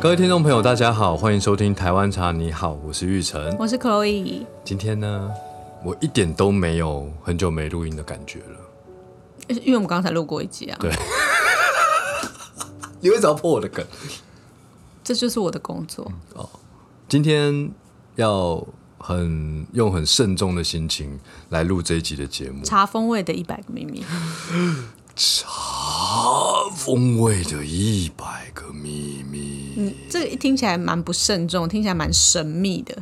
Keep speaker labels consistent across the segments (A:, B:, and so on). A: 各位听众朋友，大家好，欢迎收听《台湾茶》，你好，我是玉成。
B: 我是 Chloe。
A: 今天呢，我一点都没有很久没录音的感觉了。
B: 因为我们刚才录过一集啊，
A: 对你为什么要破我的梗？
B: 这就是我的工作。
A: 嗯今天要很用很慎重的心情来录这一集的节目，
B: 茶风味的一百个秘密，
A: 风味的一百个秘密，
B: 嗯，这个听起来蛮不慎重，听起来蛮神秘的，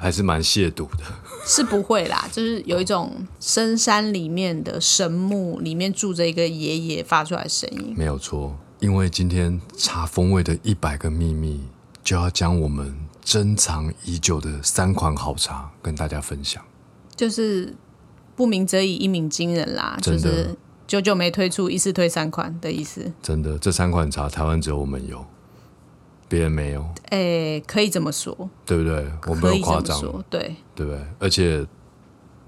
A: 还是蛮亵渎的。
B: 是不会啦，就是有一种深山里面的神木里面住着一个爷爷发出来的声音。
A: 没有错，因为今天茶风味的一百个秘密就要将我们珍藏已久的三款好茶跟大家分享。
B: 就是不鸣则已，一鸣惊人啦，就
A: 真的
B: 是久久没推出，一次推三款的意思。
A: 真的，这三款茶台湾只有我们有，别人没有，
B: 诶，可以这么说，
A: 对不对？我
B: 可
A: 没
B: 以
A: 有
B: 这
A: 夸
B: 么
A: 张，
B: 说，对，
A: 对不对？而且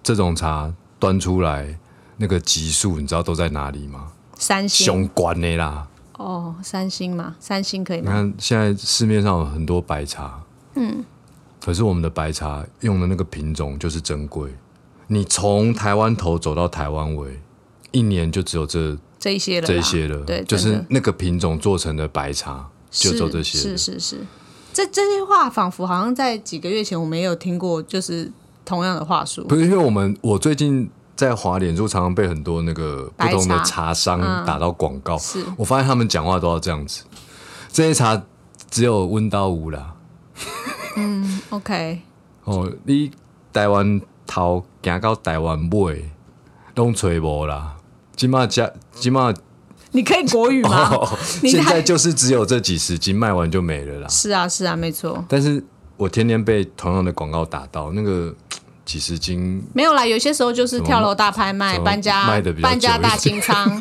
A: 这种茶端出来那个级数，你知道都在哪里吗？
B: 三星
A: 雄关的啦！
B: 哦，三星嘛，三星可以
A: 你
B: 吗？
A: 看现在市面上有很多白茶，嗯，可是我们的白茶用的那个品种就是珍贵。你从台湾头走到台湾尾，一年就只有这
B: 这一些了啦，
A: 这些了，
B: 对，
A: 就
B: 真的
A: 是那个品种做成的白茶，就是走这些了
B: 是是是，这这些话仿佛好像在几个月前我们也有听过，就是同样的话术
A: 不。是因为我们，我最近在华脸就常常被很多那个不同的
B: 白茶嗯
A: 茶商打到广告，
B: 是
A: 我发现他们讲话都要这样子。这些茶只有温刀无啦，
B: OK，
A: 哦，你台湾头行到台湾尾，拢吹无啦。今嘛加今嘛，
B: 你可以国语吗？
A: 哦
B: 你
A: 现在
B: 还
A: 就是只有这几十斤，卖完就没了啦。
B: 是啊是啊，没错，
A: 但是我天天被同样的广告打到，那个几十斤
B: 没有啦。有些时候就是跳楼大拍卖，
A: 怎么
B: 搬家
A: 卖得比较
B: 搬家
A: 久一点
B: 大 清仓，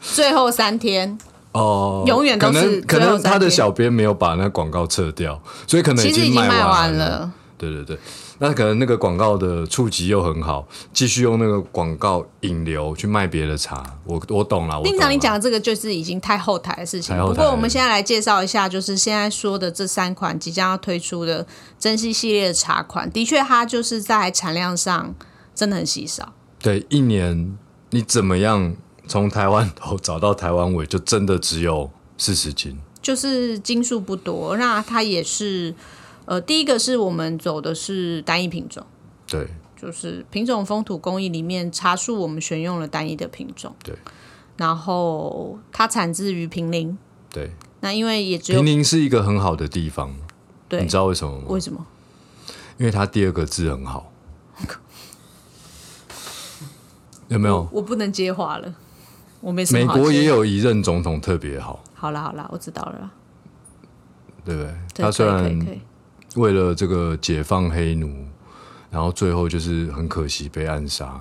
B: 最后三天。
A: 哦，
B: 永远都
A: 可
B: 是
A: 能可
B: 最后
A: 能
B: 三
A: 他的
B: 天
A: 小编没有把那广告撤掉，所以可能
B: 其实已经
A: 卖
B: 卖完
A: 了。
B: 了
A: 对对对，那可能那个广告的触及又很好，继续用那个广告引流去卖别的茶。我我懂了，我
B: 令
A: 懂
B: 长，你
A: 了。
B: 讲的这个就是已经太后台的事情。
A: 太后台
B: 不过我们现在来介绍一下，就是现在说的这三款即将要推出的珍稀系列的茶款，的确它就是在产量上真的很稀少。
A: 对，一年你怎么样从台湾头找到台湾尾，就真的只有四十斤。
B: 就是斤数不多，那它也是，呃，第一个是我们走的是单一品种，
A: 对，
B: 就是品种风土工艺里面茶树我们选用了单一的品种，
A: 对，
B: 然后它产自于平陵，
A: 对，
B: 那因为也只有
A: 平陵是一个很好的地方，
B: 对
A: 你知道为什么吗？
B: 为什么？
A: 因为它第二个字很 好。有没有？
B: 我不能接话了，我没什
A: 美
B: 么好接
A: 国也有一任总统特别好，
B: 好啦好啦，我知道了啦。
A: 对不对？
B: 对
A: 他虽
B: 可以可以
A: 然
B: 可以
A: 为了这个解放黑奴，然后最后就是很可惜被暗杀。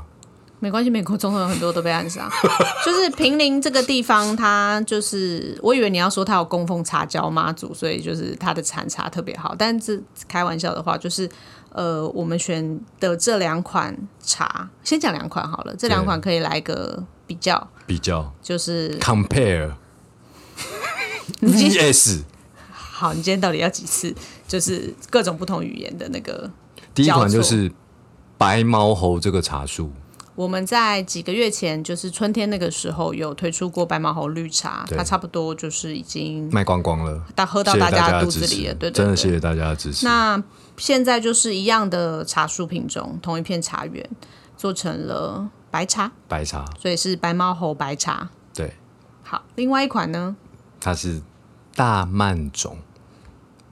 B: 没关系，美国总统有很多都被暗杀， 就是平陵这个地方，它就是我以为你要说它有供奉茶椒妈祖，所以就是它的产茶特别好。但这开玩笑的话，就是呃，我们选的这两款茶，先讲两款好了，这两款可以来个比较，
A: 比较
B: 就是
A: compare
B: 你今天
A: vs
B: 好，你今天到底要几次？就是各种不同语言的那个
A: 第一款就是白毛猴这个茶树，
B: 我们在几个月前，就是春天那个时候，有推出过白毛猴绿茶，
A: 对
B: 它差不多就是已经
A: 卖光光了，
B: 到喝到
A: 谢谢
B: 大
A: 家
B: 家
A: 的
B: 肚
A: 支
B: 子
A: 持，
B: 里了，对对对。
A: 真的谢谢大家的支持。
B: 那现在就是一样的茶树品种，同一片茶园做成了白茶，
A: 白茶，
B: 所以是白毛猴白茶。
A: 对，
B: 好，另外一款呢，
A: 它是大慢种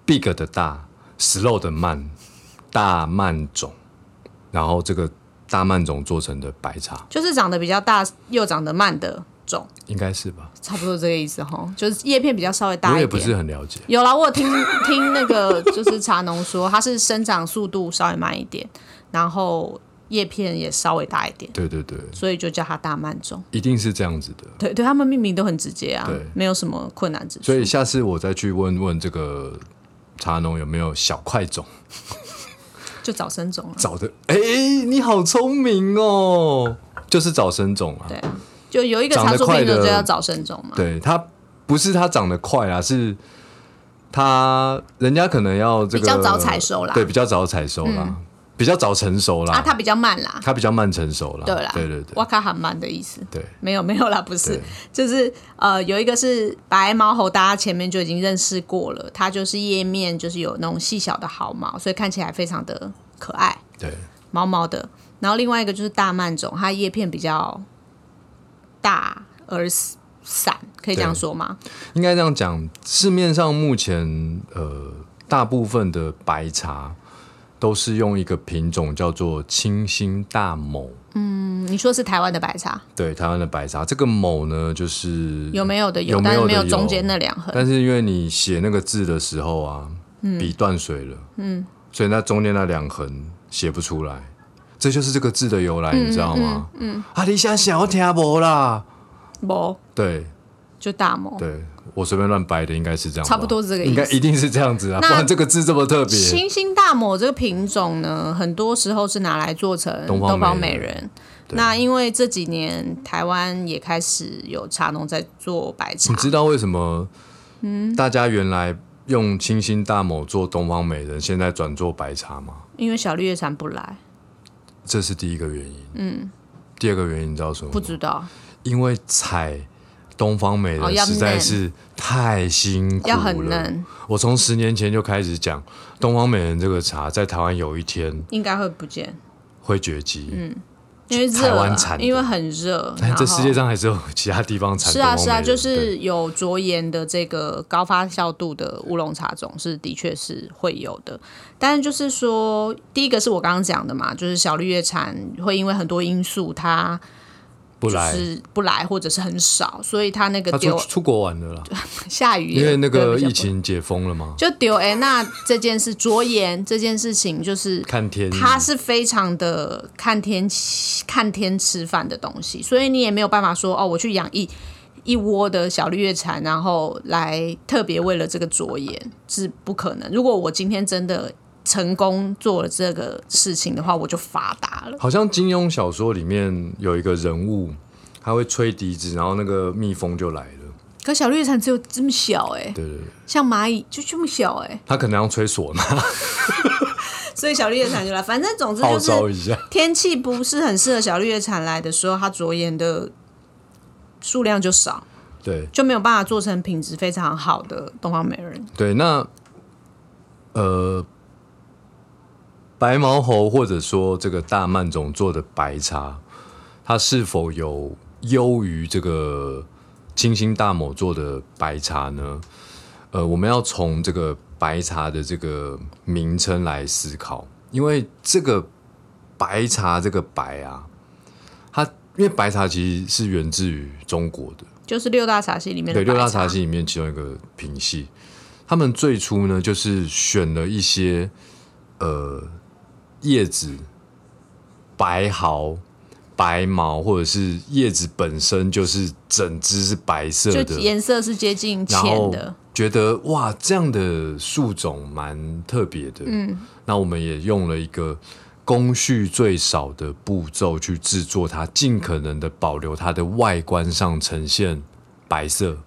A: ，big 的大，slow 的慢，大慢种，然后这个大慢种做成的白茶，
B: 就是长得比较大又长得慢的种，
A: 应该是吧？
B: 差不多这个意思哈，就是叶片比较稍微大一
A: 我
B: 点。
A: 也不是很了解。
B: 有啦，我有听 听那个就是茶农说，它是生长速度稍微慢一点，然后叶片也稍微大一点，
A: 对对对，
B: 所以就叫它大慢种。
A: 一定是这样子的。
B: 对对，他们命名都很直接啊
A: 对，
B: 没有什么困难之处。
A: 所以下次我再去问问这个茶农有没有小块种
B: 就早生种了。
A: 找的。哎、你好聪明哦，就是找生种啊。
B: 对，就有一个
A: 长
B: 茶
A: 得
B: 树
A: 快
B: 品种
A: 的
B: 就叫早生种嘛。
A: 对，它不是它长得快啊，是它人家可能要这个
B: 比较早采收啦嗯
A: 对，比较早采收啦，比较早成熟啦，
B: 啊，它比较慢啦，
A: 它比较慢成熟啦，
B: 对啦，
A: 对对对
B: 哇卡很慢的意思。
A: 对
B: 没有没有啦，不是
A: 对，
B: 就是呃，有一个是白毛猴，大家前面就已经认识过了，它就是叶面就是有那种细小的毫毛，所以看起来非常的可爱，
A: 对，
B: 毛毛的。然后另外一个就是大曼种，它叶片比较大而散，可以这样说吗？
A: 应该这样讲，市面上目前呃大部分的白茶都是用一个品种叫做清新大某，
B: 嗯，你说是台湾的白茶
A: 对台湾的白茶，这个某呢就是
B: 有没有的
A: 有没
B: 但
A: 有的
B: 是没有
A: 有
B: 中间那两横。
A: 但是因为你写那个字的时候啊，笔断水了，嗯，所以那中间那两横写不出来，这就是这个字的由来，你知道吗？嗯，啊，你想想我听不啦？
B: 毛
A: 对
B: 就大毛。
A: 对，我随便乱掰的，应该是这样吧，
B: 哦差不多是这个意
A: 应
B: 思
A: 该一定是这样子啊，不
B: 那
A: 然这个字这么特别，
B: 清新大抹这个品种呢，很多时候是拿来做成
A: 东方
B: 东方
A: 美
B: 美人。那因为这几年台湾也开始有茶农在做白茶
A: 你，知道为什么？
B: 嗯
A: 大家原来用清新大某做东方美人，现在转做白茶吗？
B: 因为小绿叶蝉不来，
A: 这是第一个原因。嗯，第二个原因你知道什么吗？
B: 不知道
A: 因为采东方美
B: 哦
A: 人
B: 要
A: 实在是太辛苦了。
B: 要很嫩，
A: 我从十年前就开始讲，东方美人这个茶在台湾有一天
B: 应该会不见，
A: 会绝迹。嗯，
B: 因为热
A: 台湾
B: 啊
A: 产，的
B: 因为很热。
A: 但
B: 然
A: 这
B: 后
A: 世界上还是有其他地方产
B: 是
A: 东方
B: 啊
A: 美人。
B: 是啊，就
A: 对
B: 是有着眼的这个高发酵度的乌龙茶种是的确是会有的，但是就是说，第一个是我刚刚讲的嘛，就是小绿叶蝉会因为很多因素它。
A: 不
B: 就
A: 来，
B: 是不来或者是很少，所以他那个
A: 他出
B: 丢
A: 出国玩了啦，
B: 下雨也，
A: 因为那
B: 对
A: 个
B: 比较
A: 疫
B: 不
A: 情解封了嘛，
B: 就丢哎，那这件事着眼这件事情就是。
A: 看天意。
B: 它是非常的看天吃看天吃饭的东西，所以你也没有办法说哦，我去养一一窝的小绿叶蝉，然后来特别为了这个着眼是不可能。如果我今天真的成功做了这个事情的话，我就发达了。
A: 好像金庸小说里面有一个人物，他会吹笛子，然后那个蜜蜂就来了。
B: 可小绿叶蝉只有这么小哎、
A: 对对对，
B: 像蚂蚁就这么小哎、
A: 他可能要吹唢呐，
B: 所以小绿叶蝉就来。反正总之
A: 号
B: 就
A: 召
B: 是
A: 一下。
B: 天气不是很适合小绿叶蝉来的时候，它着眼的数量就少，
A: 对
B: 就没有办法做成品质非常好的东方美人。
A: 对，那呃，白毛猴或者说这个大曼种做的白茶，它是否有优于这个清新大某做的白茶呢？呃，我们要从这个白茶的这个名称来思考，因为这个白茶这个白啊，它因为白茶其实是源自于中国的，
B: 就是六大茶系里面的
A: 对，六大
B: 白
A: 茶系里面其中一个品系，他们最初呢就是选了一些呃叶子、白毫、白毛，或者是叶子本身就是整只是白色
B: 就
A: 的，
B: 颜色是接近
A: 然
B: 浅
A: 后
B: 的，
A: 觉得哇，这样的树种蛮特别的。嗯，那我们也用了一个工序最少的步骤去制作它，尽可能的保留它的外观上呈现白色，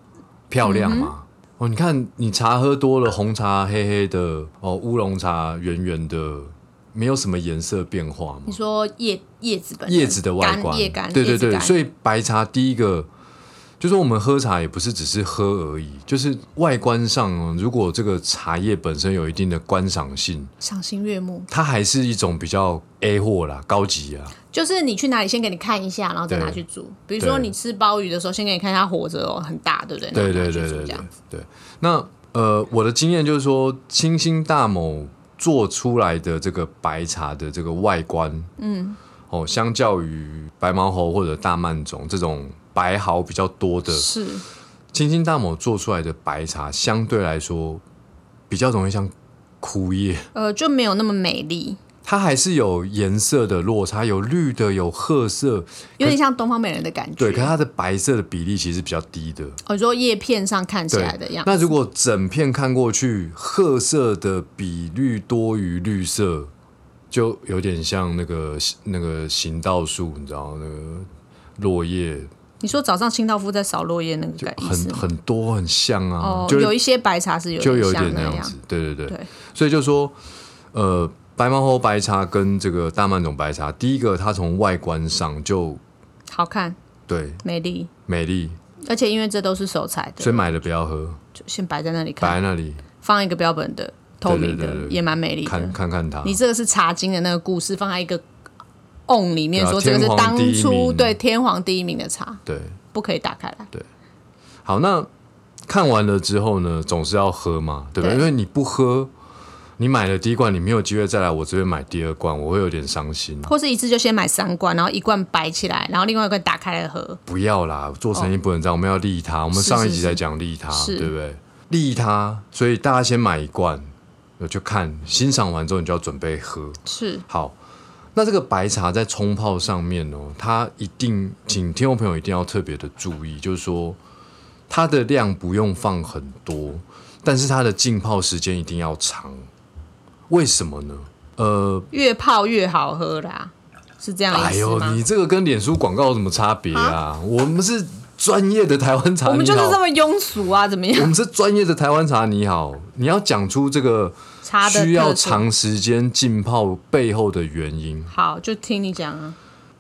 A: 漂
B: 嗯
A: 亮嘛。哦，你看，你茶喝多了，红茶黑黑的，哦，乌龙茶圆圆的，没有什么颜色变化嘛
B: 你。说叶叶子本身
A: 叶子的外观
B: 干叶干，
A: 对对对，所
B: 以
A: 以白茶第一个就是我们喝茶也不是只是喝而已，就是外观上哦，如果这个茶叶本身有一定的观赏性，
B: 赏心悦目。
A: 它还是一种比较 A 货啦，高级啊，
B: 就是你去哪里先给你看一下，然后再
A: 对
B: 拿去煮。比如说
A: 对
B: 你吃鲍鱼的时候，先给你看一下活着哦，很大，对不对？
A: 对
B: 然后拿
A: 对
B: 去
A: 对
B: 煮
A: 对
B: 这
A: 对
B: 样
A: 对。那呃，我的经验就是说，清新大某做出来的这个白茶的这个外观，嗯，哦，相较于白毛猴或者大曼种这种白毫比较多的，
B: 是
A: 清新大某做出来的白茶，相对来说比较容易像枯叶，
B: 呃就没有那么美丽，
A: 它还是有颜色的落差，有绿的，有褐色，
B: 有点像东方美人的感觉。
A: 对，可是它的白色的比例其实比较低的。
B: 哦，你说叶片上看起
A: 对
B: 来的样，子，
A: 那如果整片看过去，褐色的比绿多于绿色，就有点像那个那个行道树，你知道那个落叶
B: 你说早上清道夫在扫落叶那个感意思
A: 很
B: 吗？
A: 很多很像啊，
B: 哦，
A: 就
B: 有一些白茶是有
A: 就有一
B: 像
A: 点那
B: 那
A: 样子，对对对，
B: 对
A: 所以就说，呃，白毛猴白茶跟这个大曼种白茶，第一个它从外观上就
B: 好看
A: 对
B: 美丽，
A: 美丽，
B: 而且因为这都是手采
A: 所
B: 的，
A: 以买了不要喝，
B: 就先摆在那里
A: 摆
B: 看，
A: 在那里
B: 放一个标本的透明
A: 对对对
B: 的
A: 对
B: 也蛮美丽
A: 看
B: 的。
A: 看看它，
B: 你这个是茶经的那个故事，放在一个瓮里面
A: 对啊
B: 说这个是
A: 天皇
B: 当
A: 第一
B: 初
A: 名
B: 对天皇第一名的茶，
A: 对，
B: 不可以打开来。
A: 好，那看完了之后呢，总是要喝嘛，对不对？
B: 对
A: 因为你不喝，你买了第一罐，你没有机会再来我这边买第二罐，我会有点伤心。
B: 或是一次就先买三罐，然后一罐摆起来，然后另外一罐打开来喝。
A: 不要啦，做生意不能这样，我们要利他。我们
B: 哦是
A: 上一集
B: 是
A: 在讲利他，
B: 是
A: 对不对？利他，所以大家先买一罐，呃就看欣赏完之后，你就要准备喝。
B: 是
A: 好，那这个白茶在冲泡上面哦，它一定，请听众朋友一定要特别的注意，就是说它的量不用放很多，但是它的浸泡时间一定要长。为什么呢？呃，
B: 越泡越好喝啦，是这样的
A: 哎
B: 意思
A: 呦，
B: 吗？
A: 你这个跟脸书广告有什么差别啊？我们是专业的台湾茶，
B: 我们就是
A: 你好
B: 这么庸俗啊，怎么样
A: 我？们是专业的台湾茶，你好，你要讲出这个
B: 茶的
A: 需要
B: 特色
A: 长时间浸泡背后的原因。
B: 好，就听你讲啊。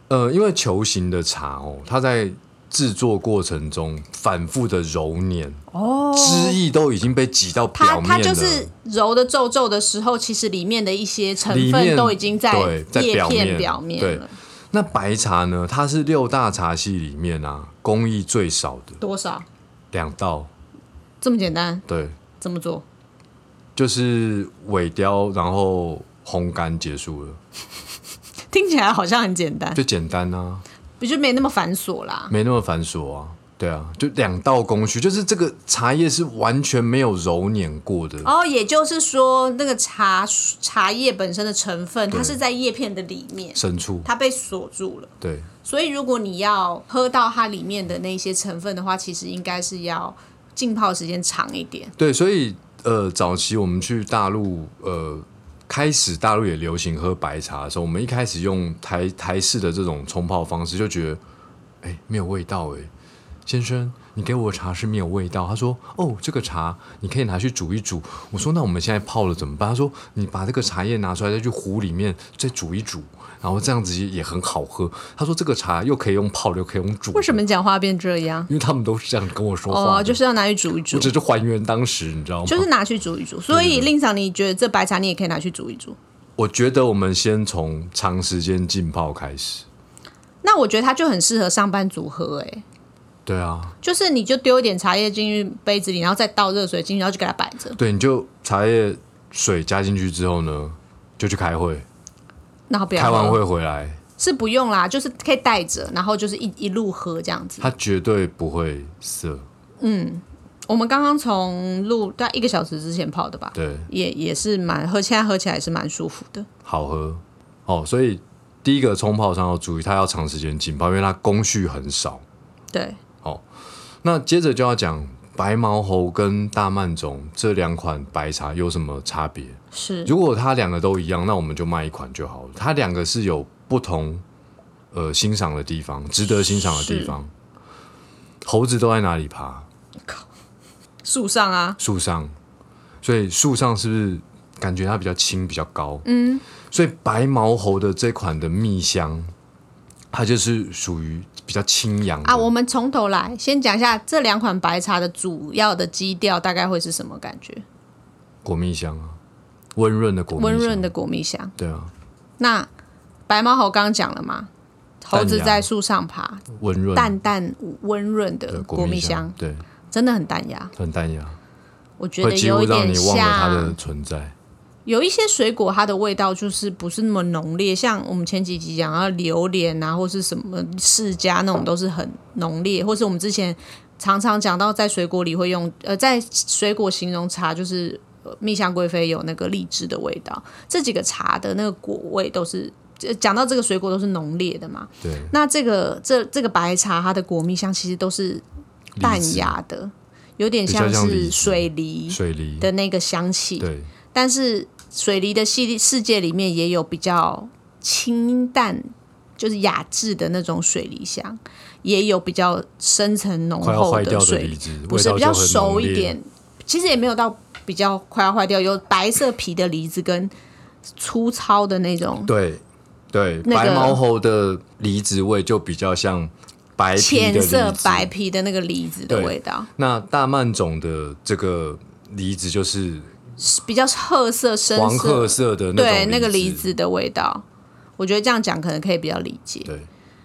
A: 呃，因为球形的茶哦，它在制作过程中反复的揉捻，
B: 哦，
A: 汁液都已经被挤到
B: 它
A: 表面了。
B: 它就是揉的皱皱的时候，其实里面的一些成
A: 里面
B: 分都已经
A: 对在
B: 叶
A: 表
B: 片
A: 面
B: 表面了。
A: 那白茶呢？它是六大茶系里面啊，工艺最少的
B: 多少？
A: 两道，
B: 这么简单？
A: 对，
B: 怎么做？
A: 就是萎凋，然后烘干结束了，
B: 听起来好像很简单，
A: 就简单啊。
B: 不就没那么繁琐啦。
A: 没那么繁琐啊。对啊，就两道工序，就是这个茶叶是完全没有揉捻过的。
B: 哦，也就是说，那个茶茶叶本身的成分，它
A: 对
B: 是在叶片的里面，
A: 深处，
B: 它被锁住了。
A: 对
B: 所以如果你要喝到它里面的那些成分的话，其实应该是要浸泡时间长一点。
A: 对，所以呃，早期我们去大陆，呃，开始大陆也流行喝白茶的时候，我们一开始用台台式的这种冲泡方式，就觉得哎没有味道哎，先生，你给我的茶是没有味道。他说哦，这个茶你可以拿去煮一煮。我说那我们现在泡了怎么办？他说你把这个茶叶拿出来，再去壶里面再煮一煮。然后这样子也很好喝。他说这个茶又可以用泡的，又可以用煮。
B: 为什？么你讲话变这样？
A: 因为他们都是这样跟我说话的。
B: 哦，就是要拿去煮一煮
A: 我，只是还原当时，你知道吗？
B: 就是拿去煮一煮。所以令赏，你觉得这白茶你也可以拿去煮一煮？
A: 我觉得我们先从长时间浸泡开始。
B: 那我觉得它就很适合上班族喝、欸，哎，
A: 对啊，
B: 就是你就丢一点茶叶进去杯子里，然后再倒热水进去，然后就给它摆着，
A: 对，你就茶叶水加进去之后呢，就去开会，
B: 然后不要
A: 开完
B: 喝
A: 会回来，
B: 是不用啦，就是可以带着，然后就是一一路喝这样子。
A: 它绝对不会涩。
B: 我们刚刚从录大概一个小时之前泡的吧，
A: 对，
B: 也也是蛮喝，现在喝起来也是蛮舒服的。
A: 好喝哦。所以第一个冲泡上要注意，它要长时间浸泡，因为它工序很少。
B: 对，
A: 那接着就要讲白毛猴跟大曼种这两款白茶有什么差别。
B: 是
A: 如果它两个都一样，那我们就卖一款就好了。它两个是有不同呃欣赏的地方，值得欣赏的地方。猴子都在哪里爬？
B: 树上啊，
A: 树上，所以树上是不是感觉它比较轻，比较高？嗯，所以白毛猴的这款的蜜香，它就是属于比较清扬的
B: 啊，我们从头来，先讲一下这两款白茶的主要的基调大概会是什么感觉？
A: 果蜜香啊，温润的果蜜香，
B: 温润的果蜜香。
A: 对啊，
B: 那白毛猴刚刚讲了嘛，猴
A: 淡
B: 子
A: 雅
B: 在树上爬，
A: 温润
B: 淡淡温润的
A: 的
B: 果
A: 果
B: 蜜
A: 蜜
B: 香，
A: 对，
B: 真的很淡雅，
A: 很淡雅，
B: 我觉
A: 会
B: 得
A: 几
B: 有
A: 乎
B: 一
A: 让
B: 点
A: 你忘了它的
B: 像。
A: 存在。
B: 有一些水果，它的味道就是不是那么浓烈，像我们前几集讲到榴莲啊，或是什么释迦那种都是很浓烈，或是我们之前常常讲到在水果里会用，呃，在水果形容茶就是呃蜜香贵妃有那个荔枝的味道，这几个茶的那个果味都是。呃讲到这个水果都是浓烈的嘛，
A: 对，
B: 那这个这这个白茶它的果蜜香其实都是淡雅的，有点
A: 比较像
B: 是
A: 梨子
B: 水梨
A: 水梨，
B: 的那个香气。
A: 对，
B: 但是水梨的系世界里面也有比较清淡，就是雅致的那种水梨香，也有比较深层浓
A: 快要
B: 厚
A: 坏掉的
B: 水
A: 梨子，
B: 不
A: 味
B: 是
A: 道
B: 比
A: 就
B: 较
A: 很浓
B: 熟一
A: 烈
B: 点，其实也没有到比较快要坏掉，有白色皮的梨子跟粗糙的那种
A: 对对，
B: 那
A: 白
B: 个
A: 毛猴的梨子味就比较像白皮的
B: 浅
A: 梨
B: 色
A: 子
B: 白皮的那个梨子的
A: 对
B: 味道，
A: 那大曼种的这个梨子就是
B: 比较褐色深
A: 黄褐
B: 色，
A: 色的那种
B: 对那个
A: 梨
B: 梨子的味道。我觉得这样讲可能可以比较理解。
A: 对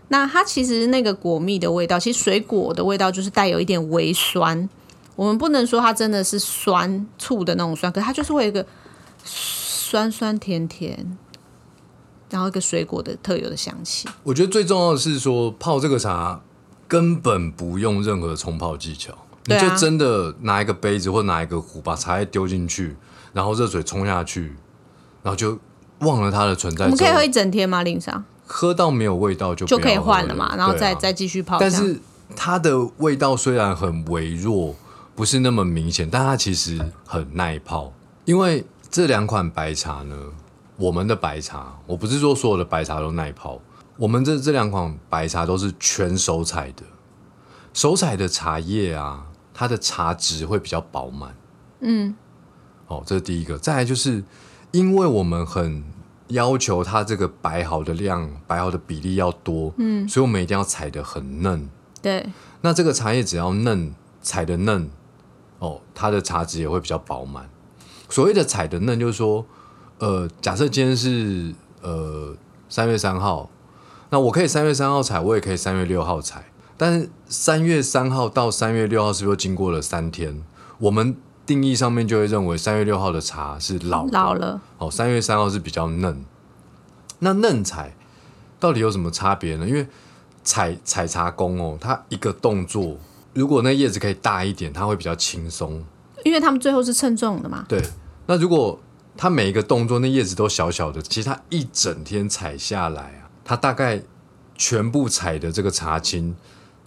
B: 那它其实那个果蜜的味道，其实水果的味道就是带有一点微酸。我们不能说它真的是酸醋的那种酸，可是它就是会有一个酸酸甜甜，然后一个水果的特有的香气。
A: 我觉得最重要的是说，泡这个茶根本不用任何冲泡技巧，
B: 对
A: 你
B: 啊
A: 就真的拿一个杯子或拿一个壶，把茶叶丢进去，然后热水冲下去，然后就忘了它的存在
B: 我们
A: 之
B: 可以
A: 后
B: 喝，一整天吗？林上
A: 喝到没有味道就
B: 就
A: 不
B: 可以
A: 要喝
B: 换了嘛，然后
A: 对啊
B: 再、再继续泡。
A: 但
B: 这样
A: 是它的味道虽然很微弱，不是那么明显，但它其实很耐泡。因为这两款白茶呢，我们的白茶，我不是说所有的白茶都耐泡，我们这这两款白茶都是全手采的，手采的茶叶啊，它的茶质会比较饱满。嗯，哦，这是第一个。再来就是因为我们很要求它这个白毫的量、白毫的比例要多，嗯，所以我们一定要采的很嫩。
B: 对，
A: 那这个茶叶只要嫩，采的嫩，哦，它的茶质也会比较饱满。所谓的采的嫩，就是说，呃，假设今天是呃三月三号，那我可以三月三号采，我也可以三月六号采，但是三月三号到三月六号是不是又经过了三天？我们定义上面就会认为三月六号的茶是老的
B: 老了。
A: 哦，三月三号是比较嫩。那嫩采到底有什么差别呢？因为采采茶工哦，他一个动作，如果那叶子可以大一点，它会比较轻松。
B: 因为他们最后是称重的嘛，
A: 对，那如果他每一个动作，那叶子都小小的，其实他一整天采下来啊，他大概全部采的这个茶青，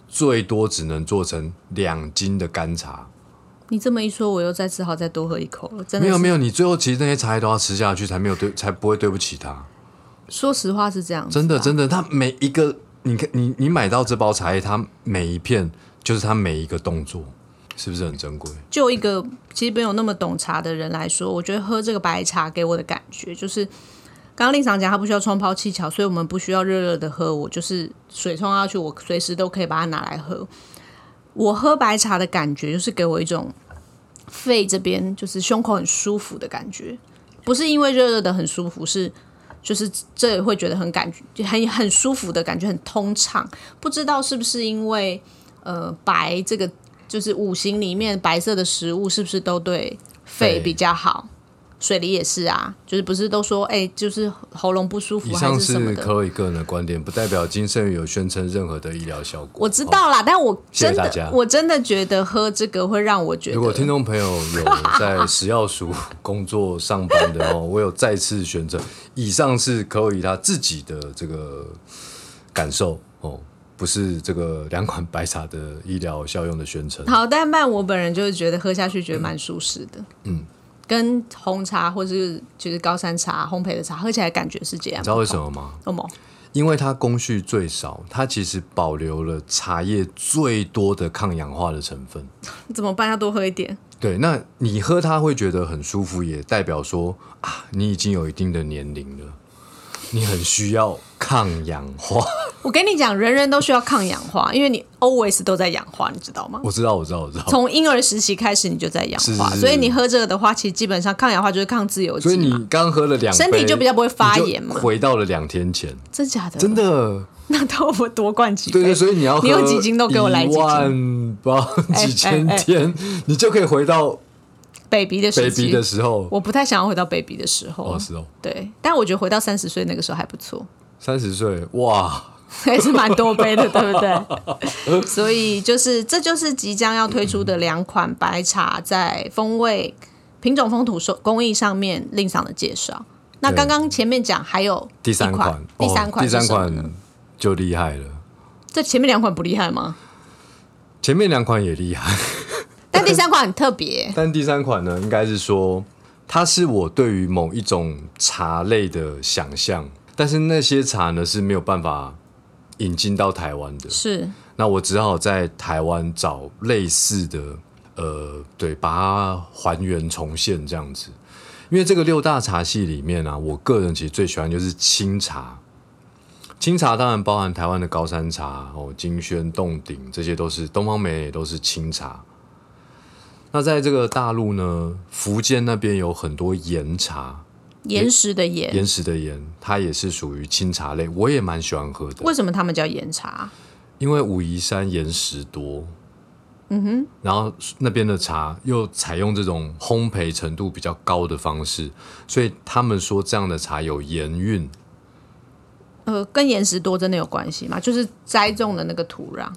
A: 最多只能做成两斤的干茶。
B: 你这么一说，我又再只好再多喝一口了。真的
A: 没有没
B: 有，
A: 有，你最后其实那些茶叶都要吃下去，才没有对，才不会对不起他。
B: 说实话是这样子啊，
A: 真的真的，它每一个你看你你买到这包茶叶，它每一片就是它每一个动作，是不是很珍贵？
B: 就一个其实没有那么懂茶的人来说，我觉得喝这个白茶给我的感觉就是，刚刚令长讲他不需要冲泡技巧，所以我们不需要热热的喝，我就是水冲下去，我随时都可以把它拿来喝。我喝白茶的感觉就是给我一种肺这边就是胸口很舒服的感觉，不是因为热热的很舒服，是就是这会觉得很感觉很很舒服的感觉，很通畅。不知道是不是因为呃白这个就是五行里面白色的食物是不是都对肺
A: 肺
B: 比较好？水梨也是啊，就是不是都说哎、就是喉咙不舒服
A: 以
B: 还
A: 上
B: 是什么
A: 是
B: 的。
A: 科伟个人的观点，不代表金圣宇有宣称任何的医疗效果。
B: 我知道啦，但我
A: 谢谢
B: 真
A: 大
B: 的
A: 家
B: 我真的觉得喝这个会让我觉
A: 如果
B: 得
A: 听众朋友有在食药署工作上班 的哦，我有再次宣称，以上是可以他自己的这个感受哦，不是这个两款白茶的医疗效用的宣称。
B: 好但曼，我本人就是觉得喝下去觉得蛮舒适的，嗯，跟红茶或是就是高山茶烘焙的茶喝起来感觉是这样。
A: 你知道为什么吗？
B: 哦么？
A: 因为它工序最少，它其实保留了茶叶最多的抗氧化的成分。
B: 怎么办？要多喝一点。
A: 对，那你喝它会觉得很舒服，也代表说啊，你已经有一定的年龄了，你很需要抗氧化。
B: 我跟你讲，人人都需要抗氧化，因为你 always 都在氧化，你知道吗？
A: 我知道，我知道，我知道。
B: 从婴儿时期开始你就在氧化，
A: 是是是
B: 所以你喝这个的话，其实基本上抗氧化就是抗自由基
A: 所以
B: 嘛。
A: 你刚喝了两杯，
B: 身体就比较不会发炎嘛
A: 你就回到了两天前，
B: 真假的？
A: 真？的。
B: 那等我多灌几
A: 对
B: 杯
A: 对，。所以你要喝
B: 哎你有几斤都给我来几
A: 一
B: 斤
A: 万包
B: 哎
A: 几千
B: 哎哎
A: 天，你就可以回到
B: baby 的时期
A: baby 的时候。
B: 我不太想要回到 baby 的时候。
A: 哦，是哦，
B: 对，但我觉得回到三十岁那个时候还不错，
A: 三十岁，哇，
B: 还是蛮多杯 的，对不对？所以就是这就是即将要推出的两款白茶在风味、品种、风土、手工艺上面令赏的介绍。那
A: 对
B: 刚刚前面讲还有
A: 第三
B: 一
A: 款
B: 款，，第三
A: 哦
B: 款
A: 第
B: 是
A: 三
B: 什么呢，
A: 款就厉害了，
B: 这前面两款不厉害吗？
A: 前面两款也厉害，
B: 但第三款很特 别，
A: 但第三款呢，应该是说它是我对于某一种茶类的想象，但是那些茶呢是没有办法引进到台湾的，
B: 是
A: 那我只好在台湾找类似的，呃，对，把它还原重现这样子。因为这个六大茶系里面啊，我个人其实最喜欢就是清茶。清茶当然包含台湾的高山茶、哦金萱、洞顶，这些都是东方美人也都是清茶。那在这个大陆呢，福建那边有很多岩茶，
B: 岩石的岩，
A: 岩石的岩，它也是属于清茶类，我也蛮喜欢喝的。
B: 为什么他们叫岩茶？
A: 因为武夷山岩石多，嗯哼，然后那边的茶又采用这种烘焙程度比较高的方式，所以他们说这样的茶有盐韵。
B: 呃，跟岩石多真的有关系吗？就是栽种的那个土壤，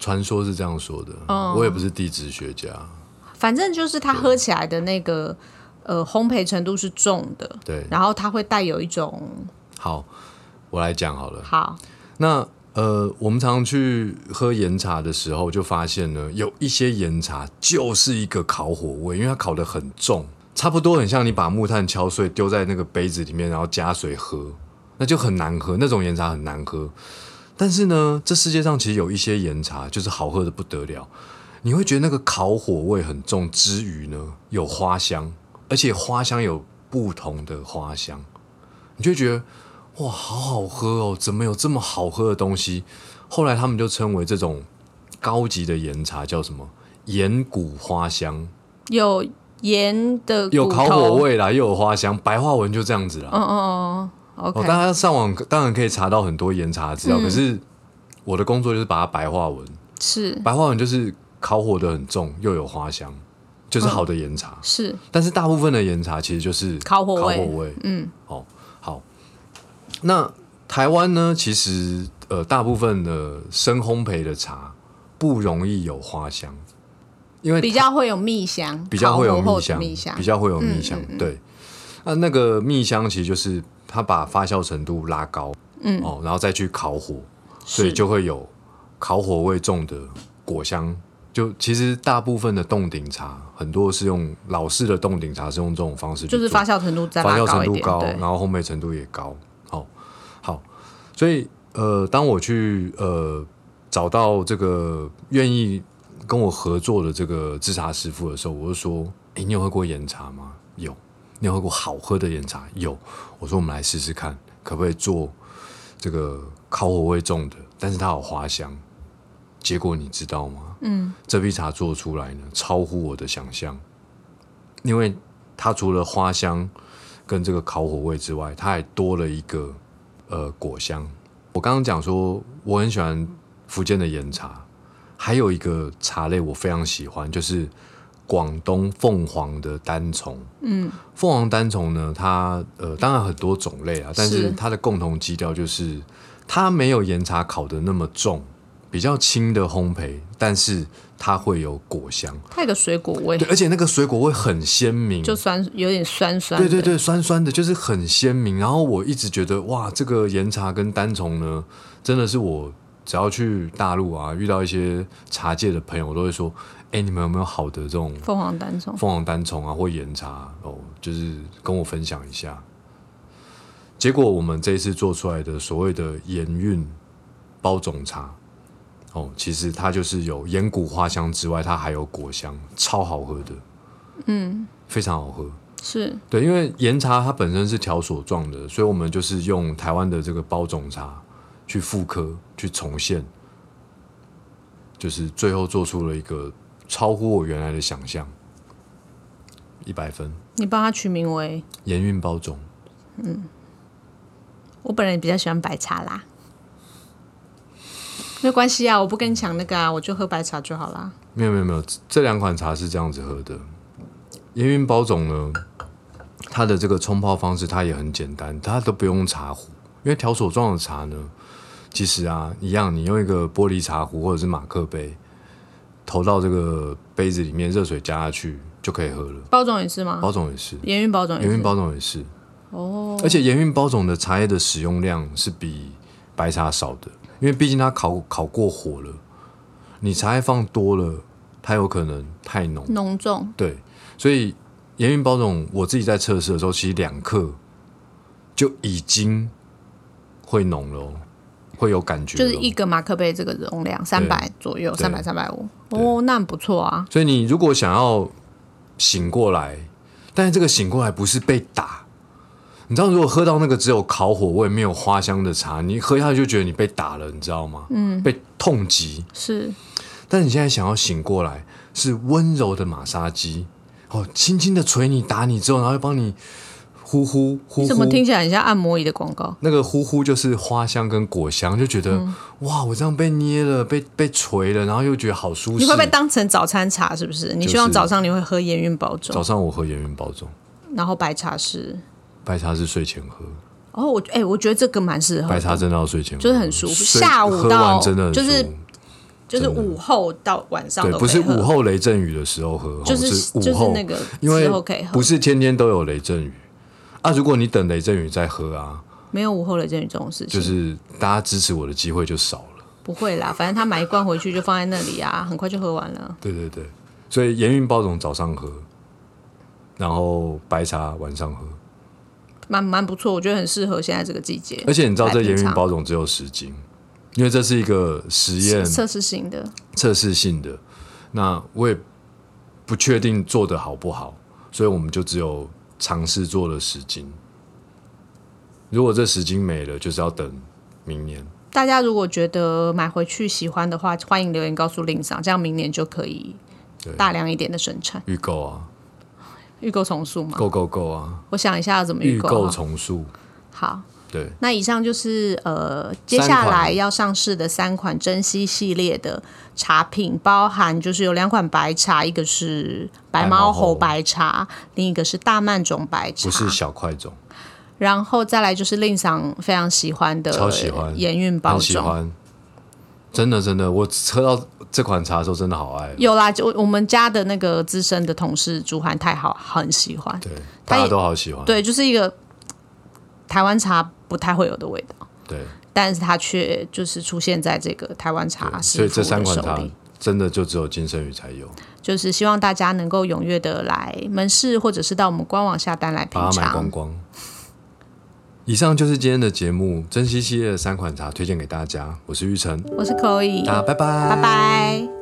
A: 传说是这样说的，我也不是地质学家，
B: 反正就是它喝起来的那个呃烘焙程度是重的，
A: 对，
B: 然后它会带有一种
A: 好，我来讲好了。
B: 好
A: 那呃，我们常去喝岩茶的时候，就发现呢，有一些岩茶就是一个烤火味，因为它烤得很重，差不多很像你把木炭敲碎丢在那个杯子里面，然后加水喝，那就很难喝，那种岩茶很难喝。但是呢，这世界上其实有一些岩茶就是好喝的不得了，你会觉得那个烤火味很重之余呢，有花香，而且花香有不同的花香，你就会觉得哇，好好喝哦！怎么有这么好喝的东西？后来他们就称为这种高级的岩茶叫什么？岩谷花香，
B: 有盐的
A: 有
B: 骨
A: 烤火
B: 头，
A: 味啦，又有花香，白话文就这样子啦。
B: 嗯嗯嗯嗯
A: 哦，
B: ，OK，嗯
A: 大家上网当然可以查到很多岩茶资料，可是我的工作就是把它白话文，
B: 是
A: 白话文就是烤火的很重，又有花香，
B: 嗯
A: 就是好的岩茶。
B: 是
A: 但是大部分的岩茶其实就是
B: 烤火味
A: 烤火味，
B: 嗯，
A: 哦，好。那台湾呢，其实呃，大部分的深烘焙的茶不容易有花香，因为
B: 比较会有蜜香，
A: 比较会有
B: 烤火后
A: 蜜
B: 的
A: 香，
B: 蜜香嗯
A: 比较会有蜜香。对，啊那那个蜜香其实就是它把发酵程度拉高，嗯，哦，然后再去烤火，所以
B: 是
A: 就会有烤火味重的果香。就其实大部分的冻顶茶，很多是用老式的冻顶茶是用这种方式去
B: 就
A: 做，
B: 是发酵程度再
A: 发
B: 拉
A: 酵
B: 高
A: 程
B: 一
A: 度
B: 点，
A: 高，
B: 对
A: 然，后烘焙程度也高。好、好，所以呃，当我去呃找到这个愿意跟我合作的这个制茶师傅的时候，我就说：“诶，你有喝过岩茶吗？有。你有喝过好喝的岩茶？有。我说我们来试试看，可不可以做这个烤火味重的，但是它有花香。结果你知道吗？
B: 嗯，
A: 这批茶做出来呢，超乎我的想象，因为它除了花香跟这个烤火味之外，它还多了一个呃果香。我刚刚讲说我很喜欢福建的岩茶，还有一个茶类我非常喜欢，就是广东凤凰的单丛。
B: 嗯，
A: 凤凰单丛呢，它呃当然很多种类啊，但是
B: 是
A: 它的共同基调就是它没有岩茶烤的那么重，比较轻的烘焙，但是它会有果香，
B: 它有个水果味
A: 对，，而且那个水果味很鲜明，
B: 就酸有点酸酸
A: 对对
B: 的，
A: 对，酸酸的，就是很鲜明。然后我一直觉得，哇，这个岩茶跟单丛呢，真的是我只要去大陆啊，遇到一些茶界的朋友，我都会说，哎，你们有没有好的这种
B: 凤凰单丛
A: 凤凰单丛啊，或岩茶哦，就是跟我分享一下。结果我们这一次做出来的所谓的盐韵包种茶，哦，其实它就是有岩谷花香之外，它还有果香，超好喝的，嗯，非常好喝。
B: 是
A: 对，因为岩茶它本身是条索状的，所以我们就是用台湾的这个包种茶去复刻、去重现，就是最后做出了一个超乎我原来的想象，一百分，
B: 你帮它取名为，
A: 盐韵包种。
B: 我本人比较喜欢白茶啦。没关系啊，我不跟你抢那个啊，我就喝白茶就好啦。
A: 没有没有没有，这这两款茶是这样子喝的。盐韵包种呢，它的这个冲泡方式它也很简单，它都不用茶壶，因为条索状的茶呢，其实啊一样，你用一个玻璃茶壶或者是马克杯投到这个杯子里面，热水加下去就可以喝了。
B: 包种也是吗？
A: 包种也是，
B: 盐运包种
A: 嗯
B: 也
A: 盐
B: 是
A: 韵包种也是，
B: 哦，
A: 而且盐韵包种的茶叶的使用量是比白茶少的，因为毕竟它烤烤过火了，你茶叶放多了，它有可能太浓。
B: 浓重
A: 对，所以盐运包种我自己在测试的时候，其实两克就已经会浓了、哦，会有感觉
B: 就
A: 的。
B: 是一个马克杯这个容量三百左右，
A: 对
B: 三百三百五，哦，那很不错啊。
A: 所以你如果想要醒过来，但是这个醒过来不是被打。你知道，如果喝到那个只有烤火味没有花香的茶，你喝下去就觉得你被打了，你知道吗？嗯，被痛击。
B: 是，
A: 但你现在想要醒过来，是温柔的马杀鸡，哦，轻轻的捶你、打你之后，然后又帮你呼呼呼呼。
B: 你怎么听起来很像按摩椅的广告？
A: 那个呼呼就是花香跟果香，就觉得、
B: 嗯
A: 哇，我这样被捏了，被被捶了，然后又觉得好舒适。
B: 你会被当成早餐茶是不是？你希望早上你会喝盐运保
A: 早
B: 中，
A: 上我喝盐运包中，
B: 然后白茶是。
A: 白茶是睡前喝，
B: 哦，我哎、我觉得这个蛮适合的
A: 白茶真的要睡前喝，
B: 就是很舒服
A: 睡
B: 下午
A: 喝完
B: 到
A: 真的很
B: 就是
A: 舒服
B: 就是午后到晚上
A: 对，
B: 都
A: 不
B: 可以
A: 是
B: 喝
A: 午，后雷阵雨的时候喝，
B: 就
A: 哦
B: 是
A: 午
B: 就是
A: 后
B: 那个
A: 因为
B: 时候可以喝
A: 不是天天都有雷阵雨啊。如果你等雷阵雨再喝啊，
B: 没有午后雷阵雨这种事情，
A: 就是大家支持我的机会就少了。
B: 不会啦，反正他买一罐回去就放在那里啊，很快就喝完了。
A: 对对对，所以盐运包总早上喝，然后白茶晚上喝，
B: 蛮蛮不错，我觉得很适合现在这个季节。
A: 而且你知道这盐
B: 来品
A: 运
B: 尝
A: 包总只有十斤，因为这是一个实验
B: 测试型的，
A: 测试性的，那我也不确定做的好不好，所以我们就只有尝试做了十斤。如果这十斤没了，就是要等明年。
B: 大家如果觉得买回去喜欢的话，欢迎留言告诉令赏，这样明年就可以
A: 对
B: 大量一点的生产。
A: 预购啊，
B: 预购重塑嘛，
A: 购购购啊，
B: 我想一下要怎么
A: 预
B: 购
A: 购
B: 啊。
A: 重塑，
B: 好，
A: 对，
B: 那以上就是呃，接
A: 三
B: 下
A: 款
B: 来要上市的三款珍稀系列的茶品，包含就是有两款白茶，一个是白
A: 毛
B: 毛
A: 猴
B: 猴白茶，另一个是大曼种白茶。
A: 不是小块种，
B: 然后再来就是令赏非常喜欢的，
A: 超喜欢
B: 盐运包
A: 很喜
B: 种。
A: 欢。真的真的，我喝到这款茶的时候真的好爱，
B: 有啦，就我我们家的那个资深的同事朱涵太好，很喜欢。
A: 对，
B: 它
A: 大
B: 也
A: 家都好喜欢，
B: 对，就是一个台湾茶不太会有的味道，
A: 对，
B: 但是它却就是出现在这个台湾茶
A: 所
B: 师
A: 以
B: 傅
A: 这
B: 的手
A: 三款茶
B: 里。
A: 真的就只有金生宇才有，
B: 就是希望大家能够踊跃的来门市，或者是到我们官网下单来品
A: 把它买光
B: 尝。
A: 光。以上就是今天的节目，珍惜系列的三款茶推荐给大家。我是玉成，
B: 我是 Chloe，
A: 大家拜拜，
B: 拜拜。